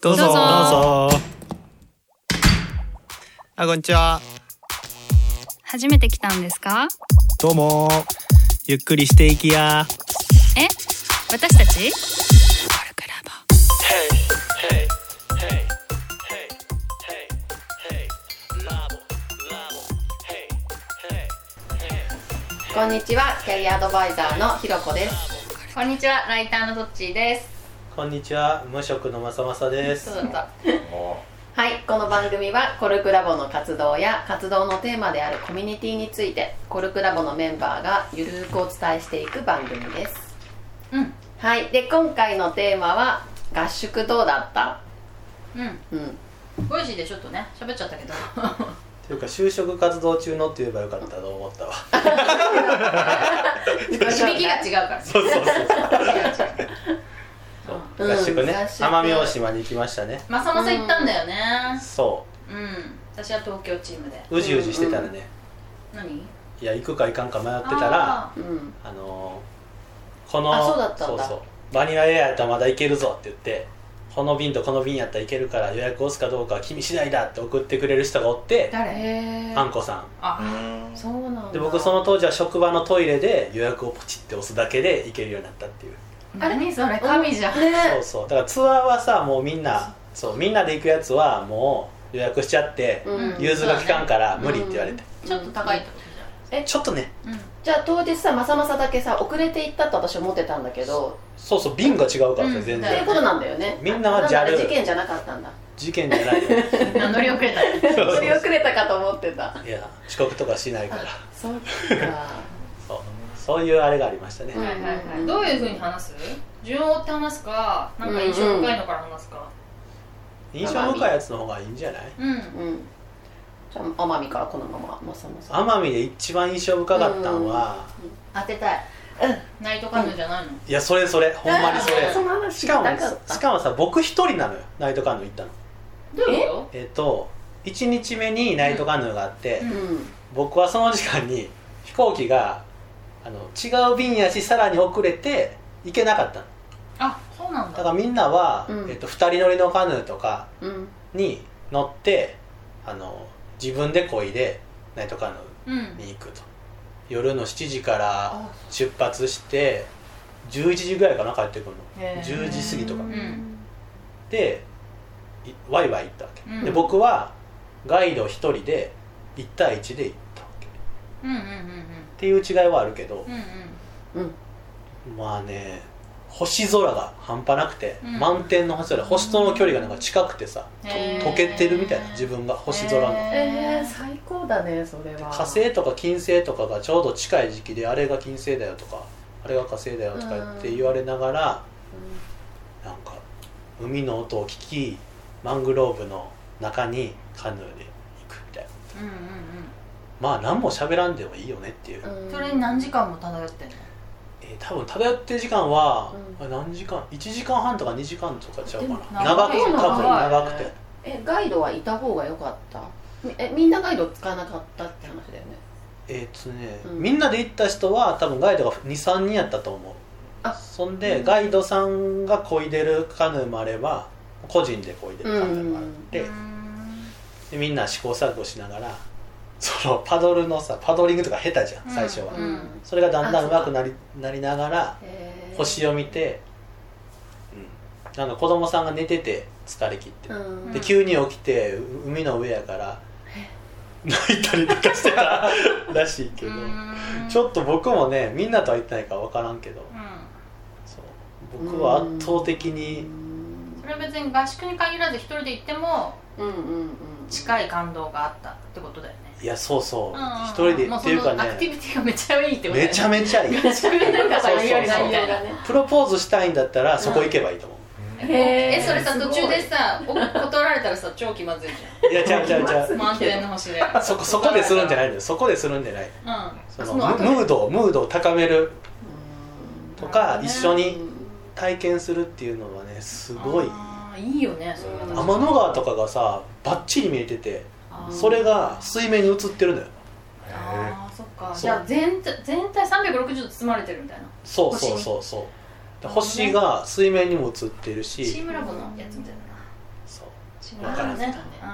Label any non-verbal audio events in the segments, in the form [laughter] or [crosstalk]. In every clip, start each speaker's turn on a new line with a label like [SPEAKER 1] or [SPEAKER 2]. [SPEAKER 1] どうぞ
[SPEAKER 2] どうぞ
[SPEAKER 1] あこんにちは
[SPEAKER 2] 初めて来たんですか
[SPEAKER 1] どうもゆっくりしていきや
[SPEAKER 2] え私たち
[SPEAKER 3] こんにちは、キャリアアドバイザーのひろこです。
[SPEAKER 2] こんにちはライターのどっちーです
[SPEAKER 4] こんにちは、無職のまさまさです。
[SPEAKER 3] そうだった。はい、この番組はコルクラボの活動や活動のテーマであるコミュニティについてコルクラボのメンバーがゆるーくお伝えしていく番組です。
[SPEAKER 2] うん
[SPEAKER 3] はい、で今回のテーマは合宿どうだった？
[SPEAKER 2] う
[SPEAKER 3] うん、
[SPEAKER 2] んボイシーでちょっとね喋っちゃったけど
[SPEAKER 4] というか、就職活動中のって言えばよかったと思ったわ。
[SPEAKER 2] [laughs] 響きが違うから
[SPEAKER 4] そうそうそうう。
[SPEAKER 3] ん
[SPEAKER 4] 合宿ね、
[SPEAKER 3] 合宿
[SPEAKER 4] 奄美大島に行きましたね。
[SPEAKER 2] まさまさ行ったんだよね
[SPEAKER 4] そ
[SPEAKER 2] うん、私は東京チームで
[SPEAKER 4] う、うじうじしてたらね、
[SPEAKER 2] 何
[SPEAKER 4] いや、行くか行かんか迷ってたら、あ
[SPEAKER 2] あ
[SPEAKER 3] うん、
[SPEAKER 4] のーこの
[SPEAKER 3] あそうだったんだ
[SPEAKER 4] そうそうバニラエアやったらまだ行けるぞって言って、この便とこの便やったらいけるから予約押すかどうかは君次第だって送ってくれる人がおって
[SPEAKER 2] ー、誰
[SPEAKER 3] へ
[SPEAKER 4] あんこさ
[SPEAKER 2] あ
[SPEAKER 3] そうなんだ。
[SPEAKER 4] ん。で、僕その当時は職場のトイレで予約をポチって押すだけで行けるようになったっていう。
[SPEAKER 2] 何それ
[SPEAKER 3] 神
[SPEAKER 2] 神じゃん
[SPEAKER 4] そ
[SPEAKER 3] ね
[SPEAKER 4] う、そうだからツアーはさもうみんなそうみんなで行くやつはもう予約しちゃって、
[SPEAKER 2] うん
[SPEAKER 4] 融通が利かんから無理って言われて、
[SPEAKER 2] ちょっと高いってこ
[SPEAKER 4] ちょっとね
[SPEAKER 2] とじゃんうん
[SPEAKER 3] じゃあ当日さまさまさだけさ遅れて行ったと私思ってたんだけど
[SPEAKER 4] そうそう便が違うからさ、
[SPEAKER 2] う
[SPEAKER 4] 全
[SPEAKER 2] ん
[SPEAKER 3] っていう
[SPEAKER 4] 然
[SPEAKER 3] ことなんだよね
[SPEAKER 4] みんなは
[SPEAKER 3] だから
[SPEAKER 4] JAL
[SPEAKER 3] 事件じゃなかったんだ
[SPEAKER 4] 事件じゃ
[SPEAKER 3] [laughs]
[SPEAKER 4] ないよ
[SPEAKER 2] 乗り遅れた
[SPEAKER 4] そうそう
[SPEAKER 3] 乗り遅れたかと思ってた
[SPEAKER 4] いや遅刻とかしないから [laughs]
[SPEAKER 3] そっか
[SPEAKER 4] そうそういうあれがありましたね、
[SPEAKER 3] うん
[SPEAKER 2] はいはいはいどういうふうに話す順を追って話すかなんか印象深いのから話すか
[SPEAKER 4] 印象深いやつの方がいいんじゃない
[SPEAKER 2] うん、
[SPEAKER 3] うんじゃあ奄美からこのまままさまさ
[SPEAKER 4] 奄美で一番印象深かったのは、
[SPEAKER 3] 当てたい
[SPEAKER 2] ナイトカンドじゃないの、
[SPEAKER 4] いやそれそれほんまにそれ
[SPEAKER 3] その話
[SPEAKER 4] し
[SPEAKER 3] 聞
[SPEAKER 4] か
[SPEAKER 3] きた
[SPEAKER 4] も
[SPEAKER 3] かった
[SPEAKER 4] しかもさ僕一人なのよナイトカンヌ行ったの
[SPEAKER 2] どういうこ
[SPEAKER 4] えっと1日目にナイトカンヌがあって、
[SPEAKER 2] うん
[SPEAKER 3] うん
[SPEAKER 4] 僕はその時間に飛行機があの違う便やしさらに遅れて行けなかったの
[SPEAKER 2] とあそうなん
[SPEAKER 4] だ
[SPEAKER 2] だ
[SPEAKER 4] からみんなは、
[SPEAKER 3] うん
[SPEAKER 4] えっと、2人乗りのカヌーとか
[SPEAKER 3] うん
[SPEAKER 4] に乗ってあの自分で漕いでナイトカヌ
[SPEAKER 2] うん
[SPEAKER 4] ーに行くと夜の7時から
[SPEAKER 3] あ
[SPEAKER 4] 出発して11時ぐらいかな帰ってくる
[SPEAKER 3] へ
[SPEAKER 4] の
[SPEAKER 3] ー
[SPEAKER 4] 10時過ぎとか
[SPEAKER 2] ん
[SPEAKER 4] でいワイワイ行ったわけ、
[SPEAKER 2] うん
[SPEAKER 4] で僕はガイド1人で1対1で行ったわけっ
[SPEAKER 2] うんうんうん
[SPEAKER 4] ていう違いはあるけど、
[SPEAKER 2] うんうん
[SPEAKER 3] うん
[SPEAKER 4] まあね星空が半端なくて、
[SPEAKER 2] うん
[SPEAKER 4] 満天の星空星との距離がなんか近くてさ
[SPEAKER 2] へー
[SPEAKER 4] 溶けてるみたいな自分が星空の、
[SPEAKER 3] え
[SPEAKER 2] へ
[SPEAKER 3] ー、最高だねそれは
[SPEAKER 4] 火星とか金星とかがちょうど近い時期であれが金星だよとかあれが火星だよとか言って言われながら、なんか海の音を聞きマングローブの中にカヌーで行くみたいな
[SPEAKER 2] うんうん
[SPEAKER 4] まあ何も喋らんでもいいよねっていう、
[SPEAKER 3] う
[SPEAKER 2] うんんそれに何時間も漂ってんの
[SPEAKER 4] えー多分漂ってる時間は、
[SPEAKER 3] う
[SPEAKER 4] あ何時間1時間半とか2時間とかちゃうかな
[SPEAKER 2] でも
[SPEAKER 4] 長
[SPEAKER 2] 長
[SPEAKER 4] く
[SPEAKER 2] い
[SPEAKER 3] よ
[SPEAKER 4] 多分長くて、
[SPEAKER 3] えガイドはいた方が良かったみえみんなガイド使わなかったって話だよね
[SPEAKER 4] えーっとね、
[SPEAKER 3] うん
[SPEAKER 4] みんなで行った人は多分ガイドが23人やったと思う
[SPEAKER 3] あ
[SPEAKER 4] そんで、
[SPEAKER 3] うん
[SPEAKER 4] ガイドさんが漕いでるカヌーもあれば個人で漕いでるカヌーもあって、
[SPEAKER 2] うーん
[SPEAKER 4] でみんな試行錯誤しながらそのパドルのさパドリングとか下手じゃん、
[SPEAKER 2] うん
[SPEAKER 4] 最初は、
[SPEAKER 2] うん
[SPEAKER 4] それがだんだん上手くなりなりながら
[SPEAKER 3] へー
[SPEAKER 4] 星を見て、うん、なんか子供さんが寝てて疲れ切って、
[SPEAKER 3] うん
[SPEAKER 4] で急に起きてう海の上やから泣いたりとかしてた [laughs] らしいけど、
[SPEAKER 2] うん
[SPEAKER 4] ちょっと僕もねみんなとは言ってないから分からんけど
[SPEAKER 2] うん
[SPEAKER 4] そう僕は圧倒的に、
[SPEAKER 3] うん
[SPEAKER 2] それは別に合宿に限らず一人で行っても
[SPEAKER 3] うんうんうん
[SPEAKER 2] 近い感動があったってことだよね
[SPEAKER 4] いやそうそう
[SPEAKER 2] うんうんうん
[SPEAKER 4] 一人で
[SPEAKER 2] もう
[SPEAKER 4] っ
[SPEAKER 2] そ
[SPEAKER 4] ていうか
[SPEAKER 2] のアクティ
[SPEAKER 4] ね
[SPEAKER 2] ビティがめちゃいいってことだよ
[SPEAKER 4] め
[SPEAKER 2] ね
[SPEAKER 4] ちゃめちゃいい
[SPEAKER 2] [laughs]
[SPEAKER 3] 自分の中
[SPEAKER 4] そうそうそう
[SPEAKER 3] でより内容がね
[SPEAKER 4] プロポーズしたいんだったらそこ行けばいいと思
[SPEAKER 2] えそれさ途中でさお断られたらさ超気まずいじ
[SPEAKER 4] う、いやちゃうちゃうちゃ
[SPEAKER 2] ゃん
[SPEAKER 4] う
[SPEAKER 2] 満点の星で
[SPEAKER 4] [laughs] そこそこでするんじゃないのよそこでするんじゃない
[SPEAKER 2] うんあ
[SPEAKER 4] その
[SPEAKER 2] その後
[SPEAKER 4] ムムードをムードを高めると
[SPEAKER 2] な
[SPEAKER 4] か、
[SPEAKER 2] るほどね
[SPEAKER 4] 一緒に体験するっていうのはねすごいいい
[SPEAKER 2] ーいいよねそれ
[SPEAKER 3] うん
[SPEAKER 4] 天の川とかがさバッチリ見えてて
[SPEAKER 2] あー
[SPEAKER 4] それが水面に映ってるのよ
[SPEAKER 2] あーそっか
[SPEAKER 4] そう
[SPEAKER 2] じゃあ全体全体360度包まれてるみたいな
[SPEAKER 4] そうそうそうそうで星が水面にも映ってる
[SPEAKER 2] チ
[SPEAKER 4] し
[SPEAKER 2] ームラボのやつみたいだな
[SPEAKER 4] そう
[SPEAKER 2] 違
[SPEAKER 4] わからん
[SPEAKER 2] ね
[SPEAKER 3] ね
[SPEAKER 2] う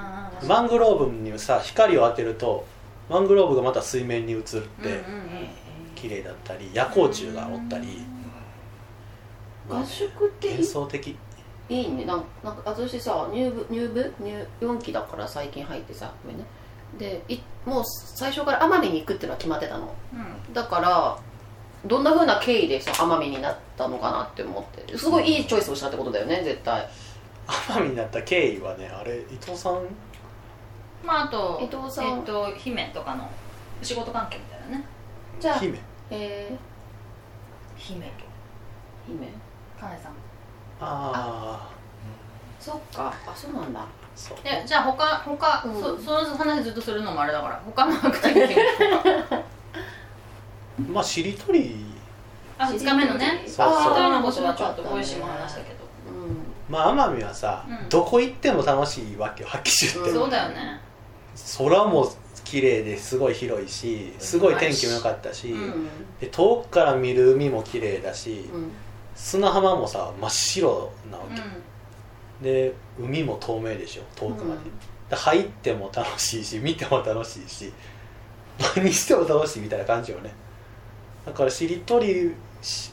[SPEAKER 2] んうん
[SPEAKER 4] マングローブにさ光を当てるとマングローブがまた水面に映って
[SPEAKER 2] うんうんうん
[SPEAKER 4] 綺麗だったり夜光虫がおったりまあ
[SPEAKER 3] 合宿ってい
[SPEAKER 4] 幻想的
[SPEAKER 3] いいねなんかなんか私さ入部入部入4期だから最近入ってさごめんねでいもう最初から奄美に行くっていうのは決まってたの
[SPEAKER 2] うん
[SPEAKER 3] だからどんな風な経緯でさ奄美になったのかなって思ってすごいいいチョイスをしたってことだよね絶対
[SPEAKER 4] 奄美になった経緯はねあれ伊藤さん
[SPEAKER 2] まああと
[SPEAKER 3] 伊藤さん
[SPEAKER 2] えっと姫とかの仕事関係みたいなね
[SPEAKER 3] じゃあ
[SPEAKER 4] 姫
[SPEAKER 3] え
[SPEAKER 2] 姫と
[SPEAKER 3] ー、姫
[SPEAKER 2] カネさん
[SPEAKER 4] ああ
[SPEAKER 3] そっかあそうなんだ
[SPEAKER 4] そう
[SPEAKER 2] えじゃあ他他、
[SPEAKER 3] うん
[SPEAKER 2] そその話ずっとするのもあれだから他のアクティビティ [laughs] も
[SPEAKER 4] まあしりとり
[SPEAKER 2] あ2日目のね
[SPEAKER 4] そうそう
[SPEAKER 2] 二日目の星はちょっと小石も話したけど、
[SPEAKER 3] う
[SPEAKER 4] まあ奄美はさ、
[SPEAKER 2] うん
[SPEAKER 4] どこ行っても楽しいわけよはっきり言って、
[SPEAKER 3] ん
[SPEAKER 2] そうだよね
[SPEAKER 4] 空も綺麗ですごい広いしすごい天気も良かったし、
[SPEAKER 2] うん
[SPEAKER 3] ん
[SPEAKER 4] で遠くから見る海も綺麗だし、
[SPEAKER 3] うん
[SPEAKER 4] 砂浜もさ真っ白なわ
[SPEAKER 2] う
[SPEAKER 4] け、
[SPEAKER 2] ん
[SPEAKER 4] で海も透明でしょ遠くまで,、で入っても楽しいし見ても楽しいし何しても楽しいみたいな感じよねだからしりとりし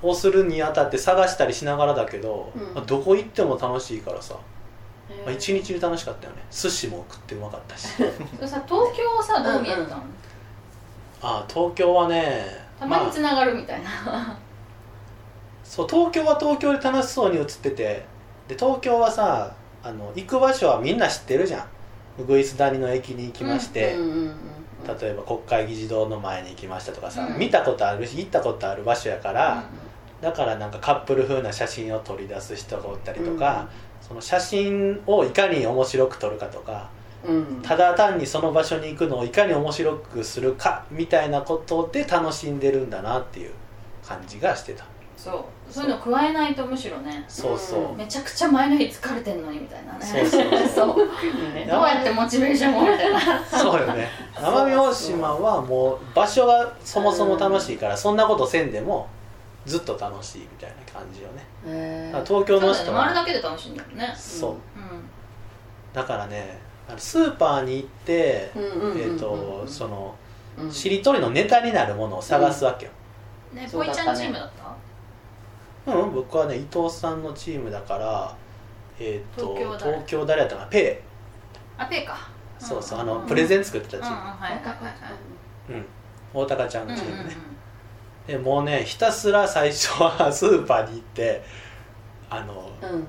[SPEAKER 4] をするにあたって探したりしながらだけど、
[SPEAKER 3] うん
[SPEAKER 4] まあどこ行っても楽しいからさ、
[SPEAKER 3] え
[SPEAKER 4] まあ、一日中楽しかったよね寿司も食ってうまかったし
[SPEAKER 2] それさ東京はさどう見えたの、
[SPEAKER 4] ああ東京はね
[SPEAKER 2] たま
[SPEAKER 4] ま
[SPEAKER 2] に
[SPEAKER 4] あ
[SPEAKER 2] つながるみたいな、
[SPEAKER 4] そう東京は東京で楽しそうに映っててで東京はさあの行く場所はみんな知ってるじゃんウグイス谷の駅に行きまして、
[SPEAKER 3] うんうんうんうん
[SPEAKER 4] 例えば国会議事堂の前に行きましたとかさ、
[SPEAKER 2] うん
[SPEAKER 4] 見たことあるし行ったことある場所やから、だからなんかカップル風な写真を取り出す人がおったりとか、その写真をいかに面白く撮るかとか
[SPEAKER 3] うん
[SPEAKER 4] ただ単にその場所に行くのをいかに面白くするかみたいなことで楽しんでるんだなっていう感じがしてた
[SPEAKER 2] そうそういうの加えないとむしろね
[SPEAKER 4] そうそう、
[SPEAKER 3] うん
[SPEAKER 2] めちゃくちゃ前の日疲れてんのにみたいなね
[SPEAKER 4] そうそう [laughs]
[SPEAKER 3] そう
[SPEAKER 2] どうやってモチベーションをみたいな
[SPEAKER 4] そうよね奄美大島はもう場所がそもそも楽しいから、そんなことせんでもずっと楽しいみたいな感じよね
[SPEAKER 3] へ
[SPEAKER 4] だから
[SPEAKER 3] ー
[SPEAKER 4] 東
[SPEAKER 2] そ
[SPEAKER 4] 京
[SPEAKER 2] う
[SPEAKER 4] の
[SPEAKER 2] だよね
[SPEAKER 4] 人
[SPEAKER 2] 回る
[SPEAKER 4] は
[SPEAKER 2] だけで楽しいんだよね
[SPEAKER 4] そう
[SPEAKER 2] う
[SPEAKER 4] だからねあのスーパーに行って
[SPEAKER 3] うんうんうんうん
[SPEAKER 4] えっとその
[SPEAKER 3] うん
[SPEAKER 4] しりとりのネタになるものを探すわけよ
[SPEAKER 2] んね
[SPEAKER 3] そ
[SPEAKER 2] ぽ
[SPEAKER 3] う
[SPEAKER 2] い
[SPEAKER 3] だっ
[SPEAKER 2] ち
[SPEAKER 3] たね
[SPEAKER 2] ゃんチームだった
[SPEAKER 4] うん、僕はね伊藤さんのチームだからえっと
[SPEAKER 2] 東京誰
[SPEAKER 4] 東京誰やったかなペ
[SPEAKER 2] あペイか
[SPEAKER 4] イそうそうあ
[SPEAKER 2] んん
[SPEAKER 4] の
[SPEAKER 2] ん
[SPEAKER 4] プレゼン作って
[SPEAKER 2] うん
[SPEAKER 4] た
[SPEAKER 2] う
[SPEAKER 4] チー
[SPEAKER 2] ん
[SPEAKER 4] ム
[SPEAKER 2] はいはいはいはい
[SPEAKER 4] うん大高ちゃん
[SPEAKER 2] うんう
[SPEAKER 4] のチームね、
[SPEAKER 2] んうん
[SPEAKER 4] でもうねひたすら最初は [laughs] スーパーに行ってあの
[SPEAKER 3] うん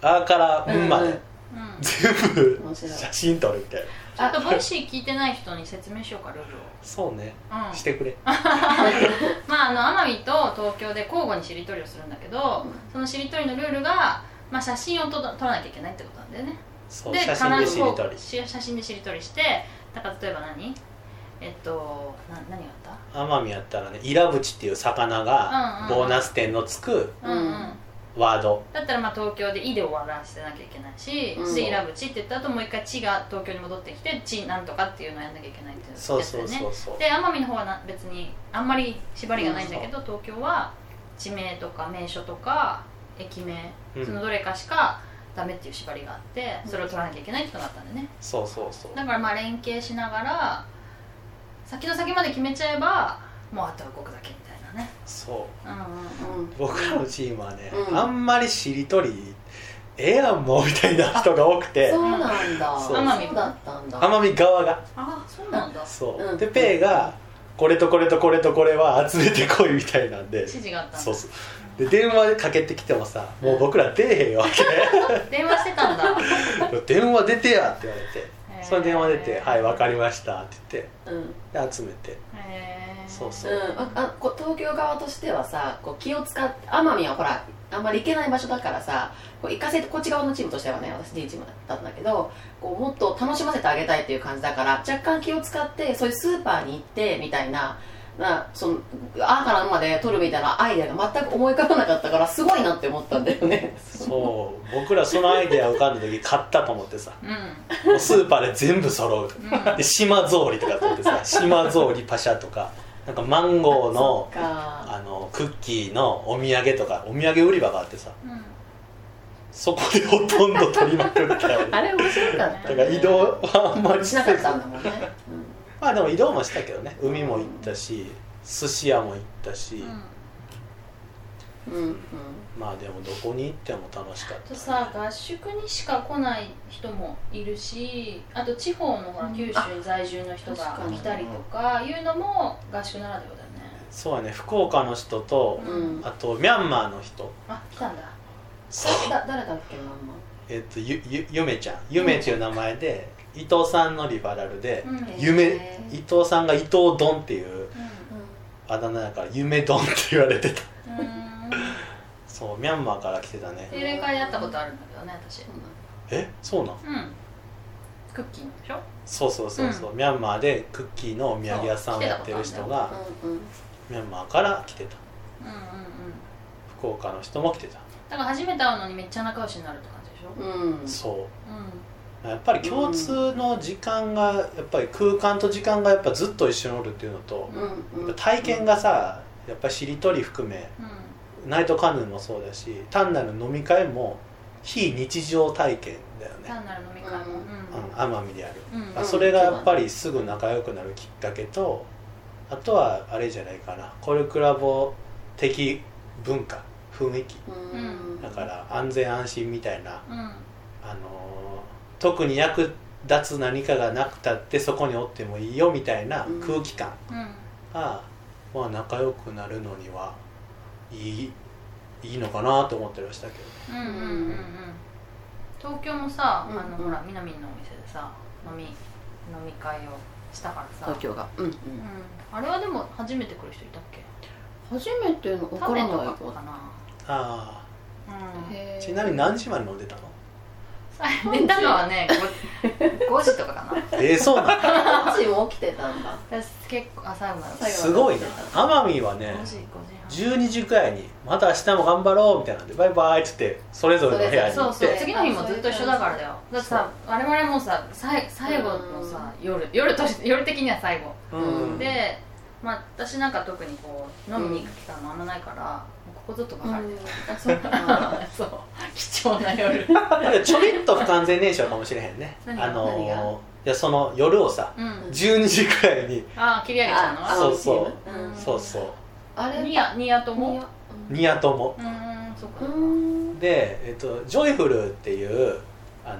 [SPEAKER 4] あーから「ん」ま
[SPEAKER 3] うんう
[SPEAKER 4] で
[SPEAKER 3] ん
[SPEAKER 2] うん
[SPEAKER 4] 全部
[SPEAKER 3] 面白い
[SPEAKER 4] 写真撮るみたいな
[SPEAKER 2] ちょっとボイシー聞いてない人に説明しようかルールを
[SPEAKER 4] そうね
[SPEAKER 2] うん
[SPEAKER 4] してくれ
[SPEAKER 2] まああの奄美と東京で交互にしりとりをするんだけどそのしりとりのルールがまあ写真をと撮らなきゃいけないってことなんだよね
[SPEAKER 4] そう
[SPEAKER 2] で
[SPEAKER 4] 写真でしり
[SPEAKER 2] 必ず
[SPEAKER 4] と
[SPEAKER 2] こ
[SPEAKER 4] り
[SPEAKER 2] うし写真でしりとりしてだから例えば何えっとな何があっ
[SPEAKER 4] 奄美やったらねイラブチっていう魚
[SPEAKER 2] うんう
[SPEAKER 4] が
[SPEAKER 2] ん
[SPEAKER 4] ボーナス点のつく
[SPEAKER 2] た、うんうん
[SPEAKER 3] うん
[SPEAKER 4] ワード
[SPEAKER 2] だったらまあ東京で「い」で終わらせなきゃいけないし「
[SPEAKER 3] うん
[SPEAKER 2] でイラブチ」って言った後もう一回「ち」が東京に戻ってきて「ち」なんとかっていうのをやんなきゃいけないっていうやつだ
[SPEAKER 4] そ
[SPEAKER 2] よ
[SPEAKER 4] う
[SPEAKER 2] ね
[SPEAKER 4] そうそうそう
[SPEAKER 2] で奄美の方はな別にあんまり縛りがないんだけど、東京は地名とか名所とか駅名、
[SPEAKER 4] うん
[SPEAKER 2] そのどれかしかダメっていう縛りがあってそれを取らなきゃいけないってのがあったんだよね
[SPEAKER 4] そうそうそう
[SPEAKER 2] だからまあ連携しながら先の先まで決めちゃえばもうあとは動くだけみたいなね
[SPEAKER 4] そう
[SPEAKER 2] うんうん
[SPEAKER 3] うん
[SPEAKER 4] 僕らのチームはね、
[SPEAKER 3] うん
[SPEAKER 4] あんまりしりとりええやんもうみたいな人が多くて
[SPEAKER 3] そうなんだ
[SPEAKER 4] そう
[SPEAKER 2] 奄美
[SPEAKER 3] そうだったんだ
[SPEAKER 4] 奄美側が
[SPEAKER 2] あそうなんだ
[SPEAKER 4] そう、
[SPEAKER 3] うん
[SPEAKER 4] でペイがこれとこれとこれとこれは集めてこいみたいなんで
[SPEAKER 2] [laughs] 指示があったんだ
[SPEAKER 4] そうそうで電話でかけてきてもさもう僕ら出えへんわ
[SPEAKER 2] 電話して
[SPEAKER 4] [laughs]
[SPEAKER 2] たんだ
[SPEAKER 4] け電話出てやって言われて
[SPEAKER 2] へー
[SPEAKER 4] その電話出て「はい分かりました」って言って
[SPEAKER 3] うんうん
[SPEAKER 4] で集めて
[SPEAKER 2] へー
[SPEAKER 4] そうそう
[SPEAKER 3] ああこ東京側としてはさこう気を使って奄美はほらあんまり行けない場所だからさこう行かせてこっち側のチームとしてはね私 D チームだったんだけどこうもっと楽しませてあげたいっていう感じだから若干気を使ってそういうスーパーに行ってみたいな。なそのあーからんまで取るみたいなアイデアが全く思い浮かばなかったからすごいなって思ったんだよね
[SPEAKER 4] そう僕らそのアイデア浮かんだ時買ったと思ってさ
[SPEAKER 2] うん、うん
[SPEAKER 4] もうスーパーで全部揃うとで島ぞうりとかと思って
[SPEAKER 3] [laughs]
[SPEAKER 4] さ島ぞうりパシャとかなんかマンゴーの
[SPEAKER 3] そっか
[SPEAKER 4] あのクッキーのお土産とかお土産売り場があってさ
[SPEAKER 2] うん
[SPEAKER 4] そこでほとんど撮りまくったよね
[SPEAKER 3] [laughs] あれ面白かった
[SPEAKER 4] だから移動はあんまり
[SPEAKER 3] し
[SPEAKER 4] せ
[SPEAKER 3] な
[SPEAKER 4] ず
[SPEAKER 3] かったんだもんね、うん
[SPEAKER 4] まあでも移動もしたけどね海も行ったし寿司屋も行ったし、
[SPEAKER 2] うん
[SPEAKER 3] うんうん、
[SPEAKER 4] まあでもどこに行っても楽しかっ
[SPEAKER 2] あ
[SPEAKER 4] た
[SPEAKER 2] とさ合宿にしか来ない人もいるしあと地方のほら
[SPEAKER 3] うん
[SPEAKER 2] 九州に在住の人が来たりとかいうのも合宿ならではだよね
[SPEAKER 4] そうやね福岡の人と
[SPEAKER 3] うん
[SPEAKER 4] あとミャンマーの
[SPEAKER 3] [laughs]
[SPEAKER 4] 人
[SPEAKER 2] あ来たんだ
[SPEAKER 4] そう
[SPEAKER 3] だ誰だっけママ
[SPEAKER 4] えっとゆゆゆめちゃんゆめっていう名前で伊藤さんのリファラルで、
[SPEAKER 2] うん
[SPEAKER 3] へー
[SPEAKER 4] 夢伊藤さんが伊藤丼っていう
[SPEAKER 2] う
[SPEAKER 4] あだ名だから夢丼って言われてた
[SPEAKER 2] んうん [laughs]
[SPEAKER 4] そうミャンマーから来てたね
[SPEAKER 2] 定例会で会ったことあるんだけどね私
[SPEAKER 4] えそうなん
[SPEAKER 2] うんクッキーのでしょ
[SPEAKER 4] そうそうそうそう、ミャンマーでクッキーのお土産屋さんをやってる人が
[SPEAKER 3] うんうん
[SPEAKER 4] ミャンマーから来てた
[SPEAKER 2] うんうんうん
[SPEAKER 4] 福岡の人も来てた、
[SPEAKER 2] だから初めて会うのにめっちゃ仲良しになるって感じでしょ
[SPEAKER 3] うん
[SPEAKER 4] そう
[SPEAKER 2] う
[SPEAKER 4] やっぱり共通の時間がやっぱり空間と時間がやっぱずっと一緒におるっていうのと
[SPEAKER 3] うん
[SPEAKER 4] やっぱ体験がさやっぱりしりとり含め
[SPEAKER 2] んうん
[SPEAKER 4] ナイトカヌーもそうだし単なる飲み会も非日常体験だよね
[SPEAKER 2] 単なる飲み会も
[SPEAKER 3] うん
[SPEAKER 4] うん奄美である、
[SPEAKER 2] うんうん
[SPEAKER 4] あそれがやっぱりすぐ仲良くなるきっかけとあとはあれじゃないかなコルクラボ的文化雰囲気
[SPEAKER 3] うん
[SPEAKER 4] だから安全安心みたいな
[SPEAKER 2] うん
[SPEAKER 4] あのー特に役立つ何かがなくたってそこにおってもいいよみたいな
[SPEAKER 3] うん
[SPEAKER 4] 空気感
[SPEAKER 2] うん
[SPEAKER 4] が、まあ、仲良くなるのにはいいいいのかなと思ってましたけ
[SPEAKER 2] うんうんうんうん東京もさ、
[SPEAKER 3] うん
[SPEAKER 2] あのほら南のお店でさ飲み飲み会をしたからさ
[SPEAKER 3] 東京がうんうん
[SPEAKER 2] うん、あれはでも初めて来る人いたっけ
[SPEAKER 3] 初めての分か
[SPEAKER 2] タメ
[SPEAKER 3] らない
[SPEAKER 2] とか
[SPEAKER 3] こ
[SPEAKER 2] かな
[SPEAKER 4] どあ
[SPEAKER 2] う
[SPEAKER 4] あ
[SPEAKER 2] ん
[SPEAKER 3] へー
[SPEAKER 4] ちなみに
[SPEAKER 3] [laughs]
[SPEAKER 4] 何時まで飲んでたの
[SPEAKER 2] 最後寝たのはね 5,
[SPEAKER 3] [laughs]
[SPEAKER 2] 時とかかな
[SPEAKER 4] えー、そうなの
[SPEAKER 3] あっちも起きてたんだ
[SPEAKER 2] 私結構あ最後まで
[SPEAKER 3] 最後
[SPEAKER 4] すごいな奄美はね
[SPEAKER 2] 5時5時
[SPEAKER 4] 12時くらいに「また明日も頑張ろう」みたいなんで「バイバイ」っつってそれぞれの部屋
[SPEAKER 2] 半
[SPEAKER 4] に
[SPEAKER 2] そ
[SPEAKER 4] 行
[SPEAKER 2] う
[SPEAKER 4] っ
[SPEAKER 2] そう
[SPEAKER 4] て
[SPEAKER 2] 次の日もずっと一緒だからだよだってさ我々もささい最後のさ夜夜とし [laughs] 夜的には最後
[SPEAKER 4] うんうんうん
[SPEAKER 2] で、まあ、私なんか特にこう飲みに行く機会もあんまないから、もうここずっとばかりで、
[SPEAKER 3] あそうか
[SPEAKER 2] そう貴重な夜
[SPEAKER 4] なんかちょびっと不完全燃焼かもしれへんね
[SPEAKER 2] 何が
[SPEAKER 4] あ
[SPEAKER 3] 何が
[SPEAKER 4] のーいやその夜をさ
[SPEAKER 2] うん
[SPEAKER 4] 12時くらいに
[SPEAKER 2] ああ切り上げちゃうの
[SPEAKER 3] あ
[SPEAKER 2] あ
[SPEAKER 4] そうそう
[SPEAKER 3] あのチーム
[SPEAKER 4] そうそう
[SPEAKER 3] あれ
[SPEAKER 2] ニヤニヤと
[SPEAKER 3] ニ
[SPEAKER 2] も
[SPEAKER 3] ヤ
[SPEAKER 4] ニヤ友
[SPEAKER 2] うーんそうか
[SPEAKER 3] う
[SPEAKER 2] うん
[SPEAKER 4] で、えっと、ジョイフルっていうあの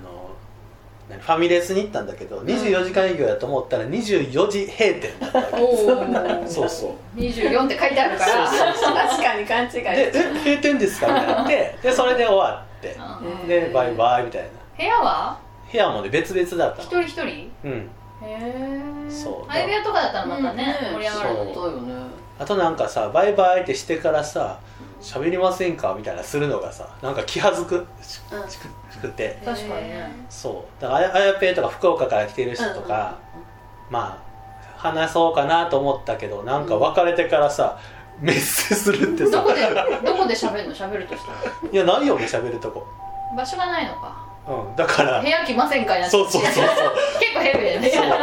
[SPEAKER 4] 何ファミレスに行ったんだけど24時間営業やと思ったら24時閉店だったわけ
[SPEAKER 2] おお
[SPEAKER 4] そうそう
[SPEAKER 2] 24って書いてあるから
[SPEAKER 4] そう
[SPEAKER 3] 確かに勘違いし
[SPEAKER 4] で「
[SPEAKER 3] て
[SPEAKER 4] え閉店ですか?」みたいになってでそれで終わって
[SPEAKER 2] あ
[SPEAKER 3] う
[SPEAKER 2] ー
[SPEAKER 3] ん
[SPEAKER 4] でバイバイみたいな
[SPEAKER 2] 部屋は
[SPEAKER 4] 部屋もね別々だった
[SPEAKER 2] 一
[SPEAKER 4] の
[SPEAKER 2] 人一人
[SPEAKER 4] う
[SPEAKER 2] へ
[SPEAKER 4] ん
[SPEAKER 2] え
[SPEAKER 4] そう
[SPEAKER 2] 相部屋とかだったらまたね,、
[SPEAKER 3] うんね
[SPEAKER 2] 盛り上がるのに
[SPEAKER 4] そ
[SPEAKER 3] そうよね
[SPEAKER 4] あとなんかさ「バイバイ」ってしてからさ「喋りませんか?」みたいなするのがさなんか気恥ずくし
[SPEAKER 3] うん
[SPEAKER 4] しくくて
[SPEAKER 2] 確かにね
[SPEAKER 4] そうだからあやあやぺーとか福岡から来てる人とか、まあ話そうかなと思ったけどなんか別れてからさ、メッセするって
[SPEAKER 2] ど
[SPEAKER 4] さ
[SPEAKER 2] こでどこで喋るの喋るとしたら
[SPEAKER 4] いやないよね喋るとこ、
[SPEAKER 2] 場所がないのか
[SPEAKER 4] うん、だから
[SPEAKER 2] 部屋来ませんかいな
[SPEAKER 4] そうそうそうそう
[SPEAKER 2] 結構ヘビーだよね
[SPEAKER 4] そうだ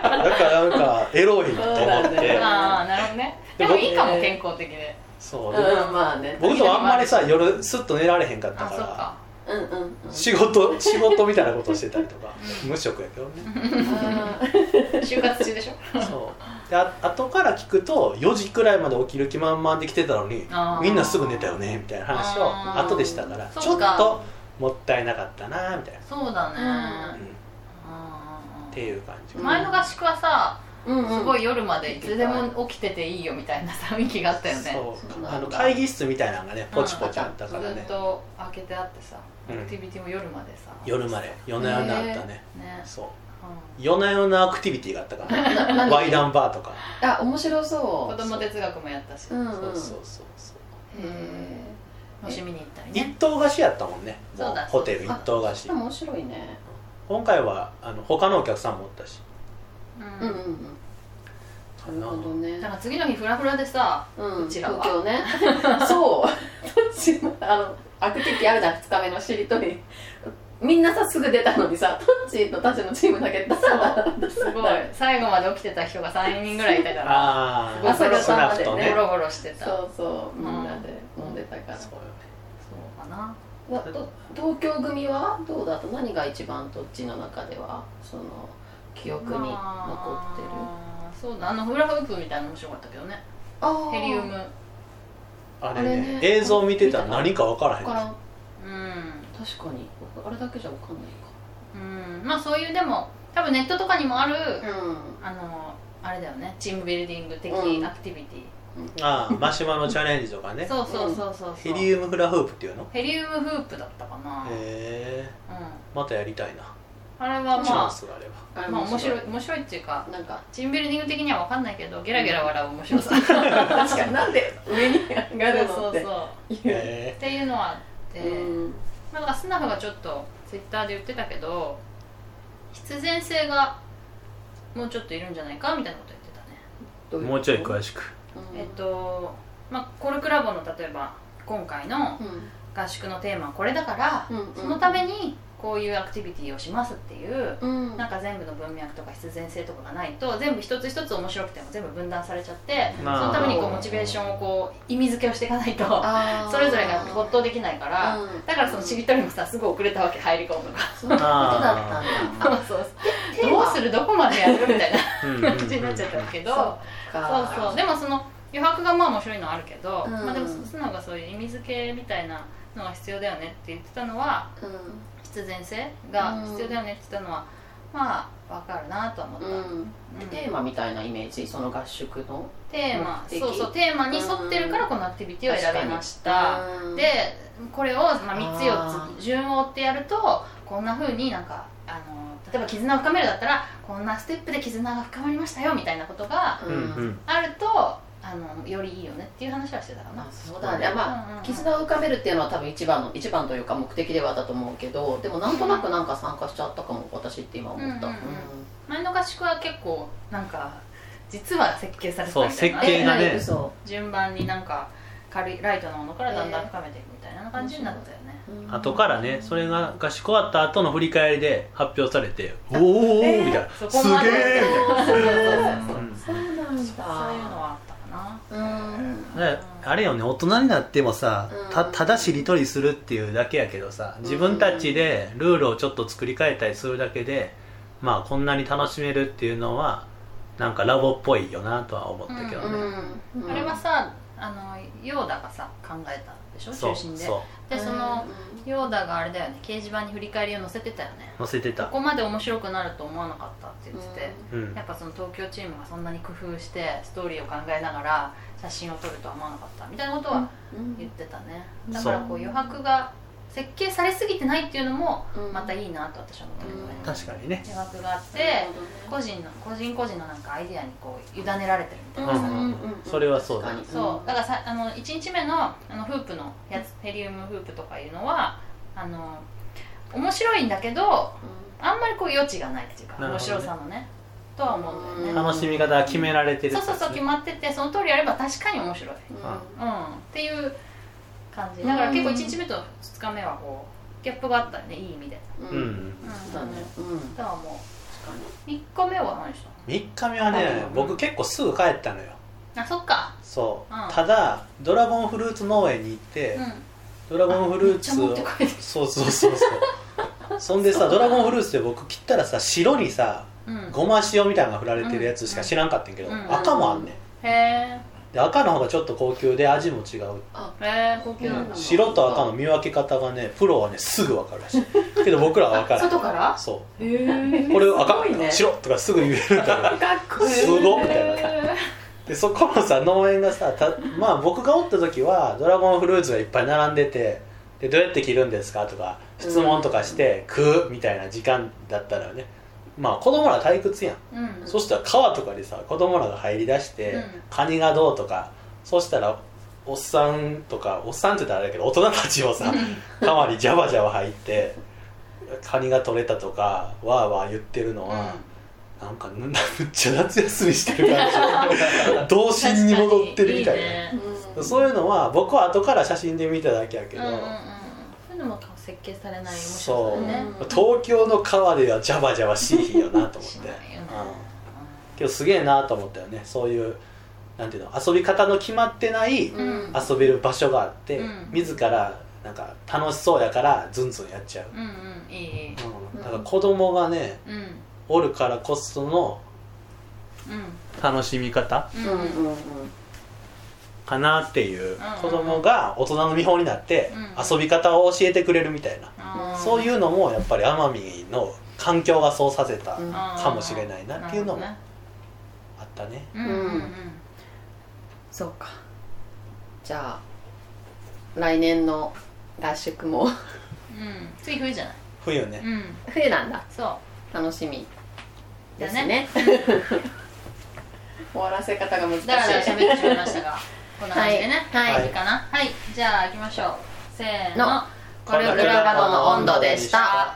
[SPEAKER 4] からなんかエロいと思っ
[SPEAKER 3] そう
[SPEAKER 4] て
[SPEAKER 3] だね
[SPEAKER 2] [laughs] ああなるほどね
[SPEAKER 4] で
[SPEAKER 2] でもいいか
[SPEAKER 3] 僕
[SPEAKER 2] も健康的で
[SPEAKER 4] そううんで
[SPEAKER 3] うんまあね
[SPEAKER 4] 僕とあんまりさ夜すっと寝られへんかった
[SPEAKER 2] あそっ
[SPEAKER 4] か
[SPEAKER 2] から
[SPEAKER 3] うんうんうん
[SPEAKER 4] ら仕事仕事みたいなことしてたりとか [laughs] 無職やけどね
[SPEAKER 3] あー
[SPEAKER 2] 就活中でしょ
[SPEAKER 4] そうであ後から聞くと4時くらいまで起きる気満々で来てたのに
[SPEAKER 2] あー
[SPEAKER 4] みんなすぐ寝たよねみたいな話を
[SPEAKER 2] あー
[SPEAKER 4] 後でしたから
[SPEAKER 2] そ
[SPEAKER 4] ちょ
[SPEAKER 2] う
[SPEAKER 4] っ
[SPEAKER 2] か
[SPEAKER 4] ともったいなかったなみたいな、
[SPEAKER 2] そうだね
[SPEAKER 3] うん
[SPEAKER 4] うん
[SPEAKER 2] うん
[SPEAKER 4] っていう感じ、
[SPEAKER 3] うん
[SPEAKER 2] 前の合宿はさ
[SPEAKER 3] うんうん
[SPEAKER 2] すごい夜までいつでも起きてていいよみたいなさ雰囲気があったよね
[SPEAKER 4] そ
[SPEAKER 3] そうう
[SPEAKER 4] あの会議室みたいなのがねポチポチあった
[SPEAKER 2] ず
[SPEAKER 4] からね
[SPEAKER 2] っ、と開けてあってさ
[SPEAKER 4] う
[SPEAKER 2] ア
[SPEAKER 4] ん
[SPEAKER 2] クティビティも夜までさ
[SPEAKER 4] 夜まで夜な夜なあったね、
[SPEAKER 2] ね
[SPEAKER 4] そう
[SPEAKER 2] う
[SPEAKER 4] 夜な夜なアクティビティがあったから、
[SPEAKER 3] ななんだ
[SPEAKER 4] ワイダンバーとか
[SPEAKER 3] あ面白
[SPEAKER 2] ん
[SPEAKER 3] そ
[SPEAKER 2] 子
[SPEAKER 3] う
[SPEAKER 2] 供哲学もやったし
[SPEAKER 3] うんうん
[SPEAKER 4] そうそうそうそう
[SPEAKER 2] へえ楽しみに行ったり
[SPEAKER 4] 一
[SPEAKER 2] ね
[SPEAKER 4] 棟貸しやったもんねも
[SPEAKER 2] そうだ
[SPEAKER 4] ホテル一棟貸し
[SPEAKER 3] でも面白いね
[SPEAKER 4] 今回はあの他のお客さんもおったし
[SPEAKER 3] う
[SPEAKER 2] うん
[SPEAKER 3] うん
[SPEAKER 2] ん
[SPEAKER 3] うんなるほどね
[SPEAKER 2] だから次の日フラフラでさ
[SPEAKER 3] うん
[SPEAKER 2] うちらは
[SPEAKER 3] 東京ね [laughs] そうどっちもあのアクティビティあるじゃん2日目のしりとりみんなさすぐ出たのにさトッチーとタチのチームだけ出さなかった
[SPEAKER 2] すごい最後まで起きてた人が3人ぐらいいたから
[SPEAKER 4] ああ
[SPEAKER 3] 朝
[SPEAKER 4] スナ
[SPEAKER 3] 方ま
[SPEAKER 4] フ
[SPEAKER 3] でね
[SPEAKER 4] と
[SPEAKER 2] ゴ
[SPEAKER 4] ね
[SPEAKER 2] ロゴロしてた
[SPEAKER 3] そうそうみんなで飲んでたから
[SPEAKER 4] そうよね
[SPEAKER 2] そうかな
[SPEAKER 3] わど東京組はどうだと何が一番どっちの中ではその記憶に残ってる、
[SPEAKER 2] まあそうだあのフラフープみたいなの面白かったけどね
[SPEAKER 3] あー
[SPEAKER 2] ヘリウム
[SPEAKER 4] あれ
[SPEAKER 3] あれ
[SPEAKER 4] ね
[SPEAKER 3] ね
[SPEAKER 4] 映像見てたら何か分からへ
[SPEAKER 3] わ
[SPEAKER 4] ん
[SPEAKER 3] からん
[SPEAKER 2] うん
[SPEAKER 3] 確かにあれだけじゃ分かんな
[SPEAKER 2] うんまあそういうでも多分ネットとかにもある、
[SPEAKER 3] いかうん
[SPEAKER 2] あのあれだよねチームビルディング的
[SPEAKER 3] うん
[SPEAKER 2] アクティビティ、
[SPEAKER 4] ああマシュマロチャレンジとかね
[SPEAKER 2] そうそうそうそうそ
[SPEAKER 4] ヘ
[SPEAKER 2] う
[SPEAKER 4] リウムフラフープっていうの
[SPEAKER 2] ヘリウムフープだったかな、
[SPEAKER 4] へえ
[SPEAKER 2] う
[SPEAKER 4] またやりたいな、
[SPEAKER 2] ん、あれは
[SPEAKER 4] チャン
[SPEAKER 2] ま
[SPEAKER 4] スがあれば
[SPEAKER 3] あ
[SPEAKER 2] あ
[SPEAKER 3] れ
[SPEAKER 2] まあ面白い面白いっていうか
[SPEAKER 3] なんか
[SPEAKER 2] チームビルディング的には分かんないけどゲラゲラ笑う面白さ [laughs]
[SPEAKER 3] 確かになんで上に上がるの
[SPEAKER 2] そう
[SPEAKER 3] っ
[SPEAKER 2] そ
[SPEAKER 3] て
[SPEAKER 2] うそう
[SPEAKER 3] いう
[SPEAKER 4] へ
[SPEAKER 2] っていうのはあって、
[SPEAKER 3] うん
[SPEAKER 2] まあ、だからスナフがちょっとツイッターで言ってたけど必然性がもうちょっといるんじゃないかみたいなこと言ってたね、
[SPEAKER 3] ど
[SPEAKER 4] え
[SPEAKER 3] う
[SPEAKER 4] もうちょい
[SPEAKER 3] い
[SPEAKER 4] 詳しく
[SPEAKER 3] うん
[SPEAKER 2] えっとまあコルクラボの例えば今回の
[SPEAKER 3] う
[SPEAKER 2] 合宿のテーマはこれだから、
[SPEAKER 3] んうん
[SPEAKER 2] そのためにこういうアクティビティをしますっていう、
[SPEAKER 3] うん
[SPEAKER 2] なんか全部の文脈とか必然性とかがないと全部一つ一つ面白くても全部分断されちゃってそ
[SPEAKER 4] まあ
[SPEAKER 2] のためにこうモチベーションをこう意味付けをしていかないと
[SPEAKER 3] あー
[SPEAKER 2] それぞれが没頭できないから、
[SPEAKER 3] うん
[SPEAKER 2] だからそのしりとりもさすぐ遅れたわけ入り込むのが
[SPEAKER 3] そういうことだったんだ
[SPEAKER 2] そうそうどうするどこまでやるみたい
[SPEAKER 4] うんうんう
[SPEAKER 2] なん感じになっちゃったけど
[SPEAKER 3] そ
[SPEAKER 2] そう
[SPEAKER 3] か
[SPEAKER 2] うそうでもその余白がまあ面白いのはあるけど、
[SPEAKER 3] うん
[SPEAKER 2] まあでも素直がそういう意味付けみたいなのが必要だよねって言ってたのは
[SPEAKER 3] う
[SPEAKER 2] 必然性が必要だよねって言ったのは、まあわかるなとは思った、
[SPEAKER 3] んうん
[SPEAKER 2] うん
[SPEAKER 3] テーマみたいなイメージその合宿の
[SPEAKER 2] テーマ
[SPEAKER 3] 目的
[SPEAKER 2] そうそうテーマに沿ってるからこのアクティビティを選びました、
[SPEAKER 3] 確かにうん
[SPEAKER 2] でこれを、まあ、3つ
[SPEAKER 3] あ
[SPEAKER 2] 4つ順を追ってやるとこんな風になんかあの例えば絆を深めるだったらこんなステップで絆が深まりましたよみたいなことが
[SPEAKER 4] うんうん
[SPEAKER 2] あるとあのよりいいよねっていう話はしてたかな
[SPEAKER 3] あそうだねまあ、
[SPEAKER 2] うんうんうん
[SPEAKER 3] 絆を深めるっていうのは多分一番の一番というか目的ではあったと思うけどでもなんとなくなんか参加しちゃったかも私って今思った、
[SPEAKER 2] うんうん前の合宿は結構なんか実は設計されてたみたいな
[SPEAKER 4] そう設計がね
[SPEAKER 3] え嘘
[SPEAKER 2] 順番になんか軽いライトなものからだんだん深めていくみたいな感じになったよね、
[SPEAKER 3] うん
[SPEAKER 4] 後からねそれが合宿終わった後の振り返りで発表されて「おお!」みたいな「す
[SPEAKER 2] そ
[SPEAKER 4] げ
[SPEAKER 2] こもある
[SPEAKER 4] え!」みたいな
[SPEAKER 2] そうそうそうそう
[SPEAKER 4] うん
[SPEAKER 3] そうなんだ
[SPEAKER 2] そういうのはあったかな
[SPEAKER 3] うん
[SPEAKER 4] ねあれよね大人になってもさ
[SPEAKER 3] うん
[SPEAKER 4] たただしりとりするっていうだけやけどさ自分たちでルールをちょっと作り変えたりするだけでまあこんなに楽しめるっていうのはなんかラボっぽいよなとは思ったけど
[SPEAKER 2] う
[SPEAKER 4] ね、
[SPEAKER 3] うん
[SPEAKER 2] あれはさあのヨーダがさ考えたでしょ
[SPEAKER 4] そう
[SPEAKER 2] 中心で
[SPEAKER 4] そう
[SPEAKER 2] でその
[SPEAKER 3] う
[SPEAKER 2] ヨーダがあれだよね掲示板に振り返りを載せてたよね
[SPEAKER 4] 載せて
[SPEAKER 2] こ
[SPEAKER 4] た
[SPEAKER 2] こまで面白くなると思わなかったって言ってて、
[SPEAKER 4] うん
[SPEAKER 2] やっぱその東京チームがそんなに工夫してストーリーを考えながら写真を撮るとは思わなかったみたいなことは
[SPEAKER 3] うん
[SPEAKER 2] 言ってたね、
[SPEAKER 3] うん
[SPEAKER 2] だからこう
[SPEAKER 3] そう
[SPEAKER 2] 余白が設計されすぎてないっていうのも
[SPEAKER 3] うん
[SPEAKER 2] またいいなと私は思ったけどね、
[SPEAKER 3] うん
[SPEAKER 4] 確かにね
[SPEAKER 2] 余白があって、個人の個人個人のなんかアイディアにこう委ねられてるみたいなさ、
[SPEAKER 4] うんそれはそうだ
[SPEAKER 3] 確かに
[SPEAKER 2] そうだからさあの1日目のあのフープのやつヘリウムフープとかいうのはあの面白いんだけどあんまりこう余地がないっていうか、
[SPEAKER 4] なる
[SPEAKER 2] 面
[SPEAKER 4] ほどね
[SPEAKER 2] 白さのねとは思うんだよね、
[SPEAKER 4] 楽しみ方は決められてる
[SPEAKER 2] そ
[SPEAKER 4] か
[SPEAKER 2] う
[SPEAKER 4] ら
[SPEAKER 2] そうそう決まっててその通りやれば確かに面白い、うん、
[SPEAKER 4] あ
[SPEAKER 2] っていう感じだから結構1日目と2日目はこうギャップがあったよねいい意味で、
[SPEAKER 4] う
[SPEAKER 3] うん
[SPEAKER 4] ん
[SPEAKER 2] うん、
[SPEAKER 3] そうだねうん
[SPEAKER 2] だからも
[SPEAKER 3] 確か
[SPEAKER 2] う3日目は何した
[SPEAKER 4] 3日目はね
[SPEAKER 3] うん
[SPEAKER 4] 僕結構すぐ帰ったのよ
[SPEAKER 2] のあそっか
[SPEAKER 4] そう、
[SPEAKER 2] うん
[SPEAKER 4] ただドラゴンフルーツ農園に行って、
[SPEAKER 2] うん
[SPEAKER 4] ドラゴンフルーツ
[SPEAKER 2] め
[SPEAKER 4] を
[SPEAKER 2] っちゃ持って帰って
[SPEAKER 4] そうそうそうそうそんでさドラゴンフルーツで僕切ったらさ白にさ
[SPEAKER 2] うん
[SPEAKER 4] ごま塩みたいなのが振られてるやつしか知らんかったんやけど、
[SPEAKER 2] うん
[SPEAKER 4] 赤もあんねん
[SPEAKER 2] へえ
[SPEAKER 4] で赤の方がちょっと高級で味も違う、
[SPEAKER 2] へえ高級なんだ
[SPEAKER 3] うん
[SPEAKER 4] 白と赤の見分け方がねプロはねすぐ分かるらしいけど僕らは分から
[SPEAKER 2] あ
[SPEAKER 4] ない
[SPEAKER 2] 外から
[SPEAKER 4] そ
[SPEAKER 3] にへ
[SPEAKER 4] う
[SPEAKER 3] え
[SPEAKER 4] これを赤、
[SPEAKER 3] すごいね
[SPEAKER 4] 白とかすぐ言えるから
[SPEAKER 3] かっこいい
[SPEAKER 4] すごっみたいな
[SPEAKER 2] へ
[SPEAKER 4] でそこのさ農園がさたまあ僕がおった時はドラゴンフルーツがいっぱい並んでてでどうやって切るんですかとか質問とかして、食うみたいな時間だったらねまあ子供ら退屈やん、
[SPEAKER 2] ーうん
[SPEAKER 4] そしたら川とかにさ子供らが入りだして、
[SPEAKER 2] うん
[SPEAKER 4] カニがどうとかそしたらおっさんとかおっさんって言ったらあれだけど大人たちをさ川にジャバジャバ入ってカニが取れたとかわーわー言ってるのは、なんかむむっちゃ夏休みしてる感
[SPEAKER 2] [laughs]
[SPEAKER 4] じ童心に戻ってるみたいな
[SPEAKER 2] ね
[SPEAKER 3] うん
[SPEAKER 4] そういうのは僕は後から写真で見ただけやけ
[SPEAKER 2] うん
[SPEAKER 4] ど、
[SPEAKER 2] うんうんうんそういうのも設計されない面
[SPEAKER 4] そ
[SPEAKER 2] 白
[SPEAKER 4] う、
[SPEAKER 2] さだよね
[SPEAKER 3] うん
[SPEAKER 4] 東京の川ではジャバジャバしいよなと思っ、
[SPEAKER 2] してないよね
[SPEAKER 4] うんけどすげえなと思ったよねそういうなんていうの遊び方の決まってない
[SPEAKER 3] うん
[SPEAKER 4] 遊べる場所があって、
[SPEAKER 2] うん
[SPEAKER 4] 自らなんか楽しそうやからズンズンやっちゃう、
[SPEAKER 2] うんうんいいいい
[SPEAKER 4] うん、だから子供がね
[SPEAKER 2] うんうん
[SPEAKER 4] おるからこその楽しみ方
[SPEAKER 2] う
[SPEAKER 3] うんん
[SPEAKER 2] うんう
[SPEAKER 3] う
[SPEAKER 2] ん
[SPEAKER 3] ん
[SPEAKER 2] うん
[SPEAKER 3] うん
[SPEAKER 4] かなっていう
[SPEAKER 2] うん
[SPEAKER 4] 子供が大人の見本になって
[SPEAKER 2] うん
[SPEAKER 4] 遊び方を教えてくれるみたいな
[SPEAKER 2] あー
[SPEAKER 4] そういうのもやっぱり奄美の環境がそうさせた
[SPEAKER 3] うん
[SPEAKER 2] あー
[SPEAKER 4] かもしれないなっていうのも
[SPEAKER 2] な
[SPEAKER 4] あったね
[SPEAKER 2] るほどねうんうんうん
[SPEAKER 3] そうかじゃあ来年の合宿も
[SPEAKER 2] うん次冬じゃない
[SPEAKER 4] 冬ね
[SPEAKER 2] うん
[SPEAKER 3] 冬なんだ
[SPEAKER 2] そう
[SPEAKER 3] 楽しみですね
[SPEAKER 2] だね [laughs]
[SPEAKER 3] 終わらせ方が難しい
[SPEAKER 2] だらだら喋ってしまいましたがこんな感じでね
[SPEAKER 3] はい
[SPEAKER 4] はい
[SPEAKER 2] いいかなはいじゃあ行きましょうせー
[SPEAKER 3] の
[SPEAKER 2] の
[SPEAKER 3] コルクラバドの温度でした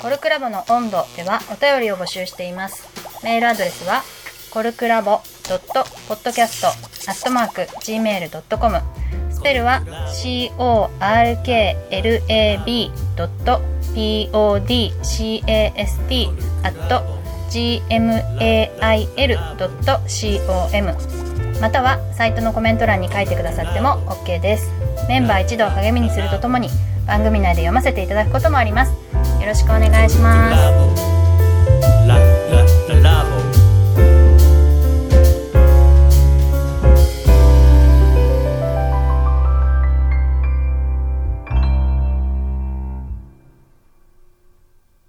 [SPEAKER 5] コルクラボの温度ではお便りを募集しています。メールアドレスはコルクラボドットポッドキャストアットマーク gmail ドットコム。スペルは c o r k l a b ドット p o d c a s t アット g m a i l ドット c o m またはサイトのコメント欄に書いてくださっても OK です。メンバー一同を励みにするとともに番組内で読ませていただくこともあります。よろしくお願いします。
[SPEAKER 1] ラボララララボ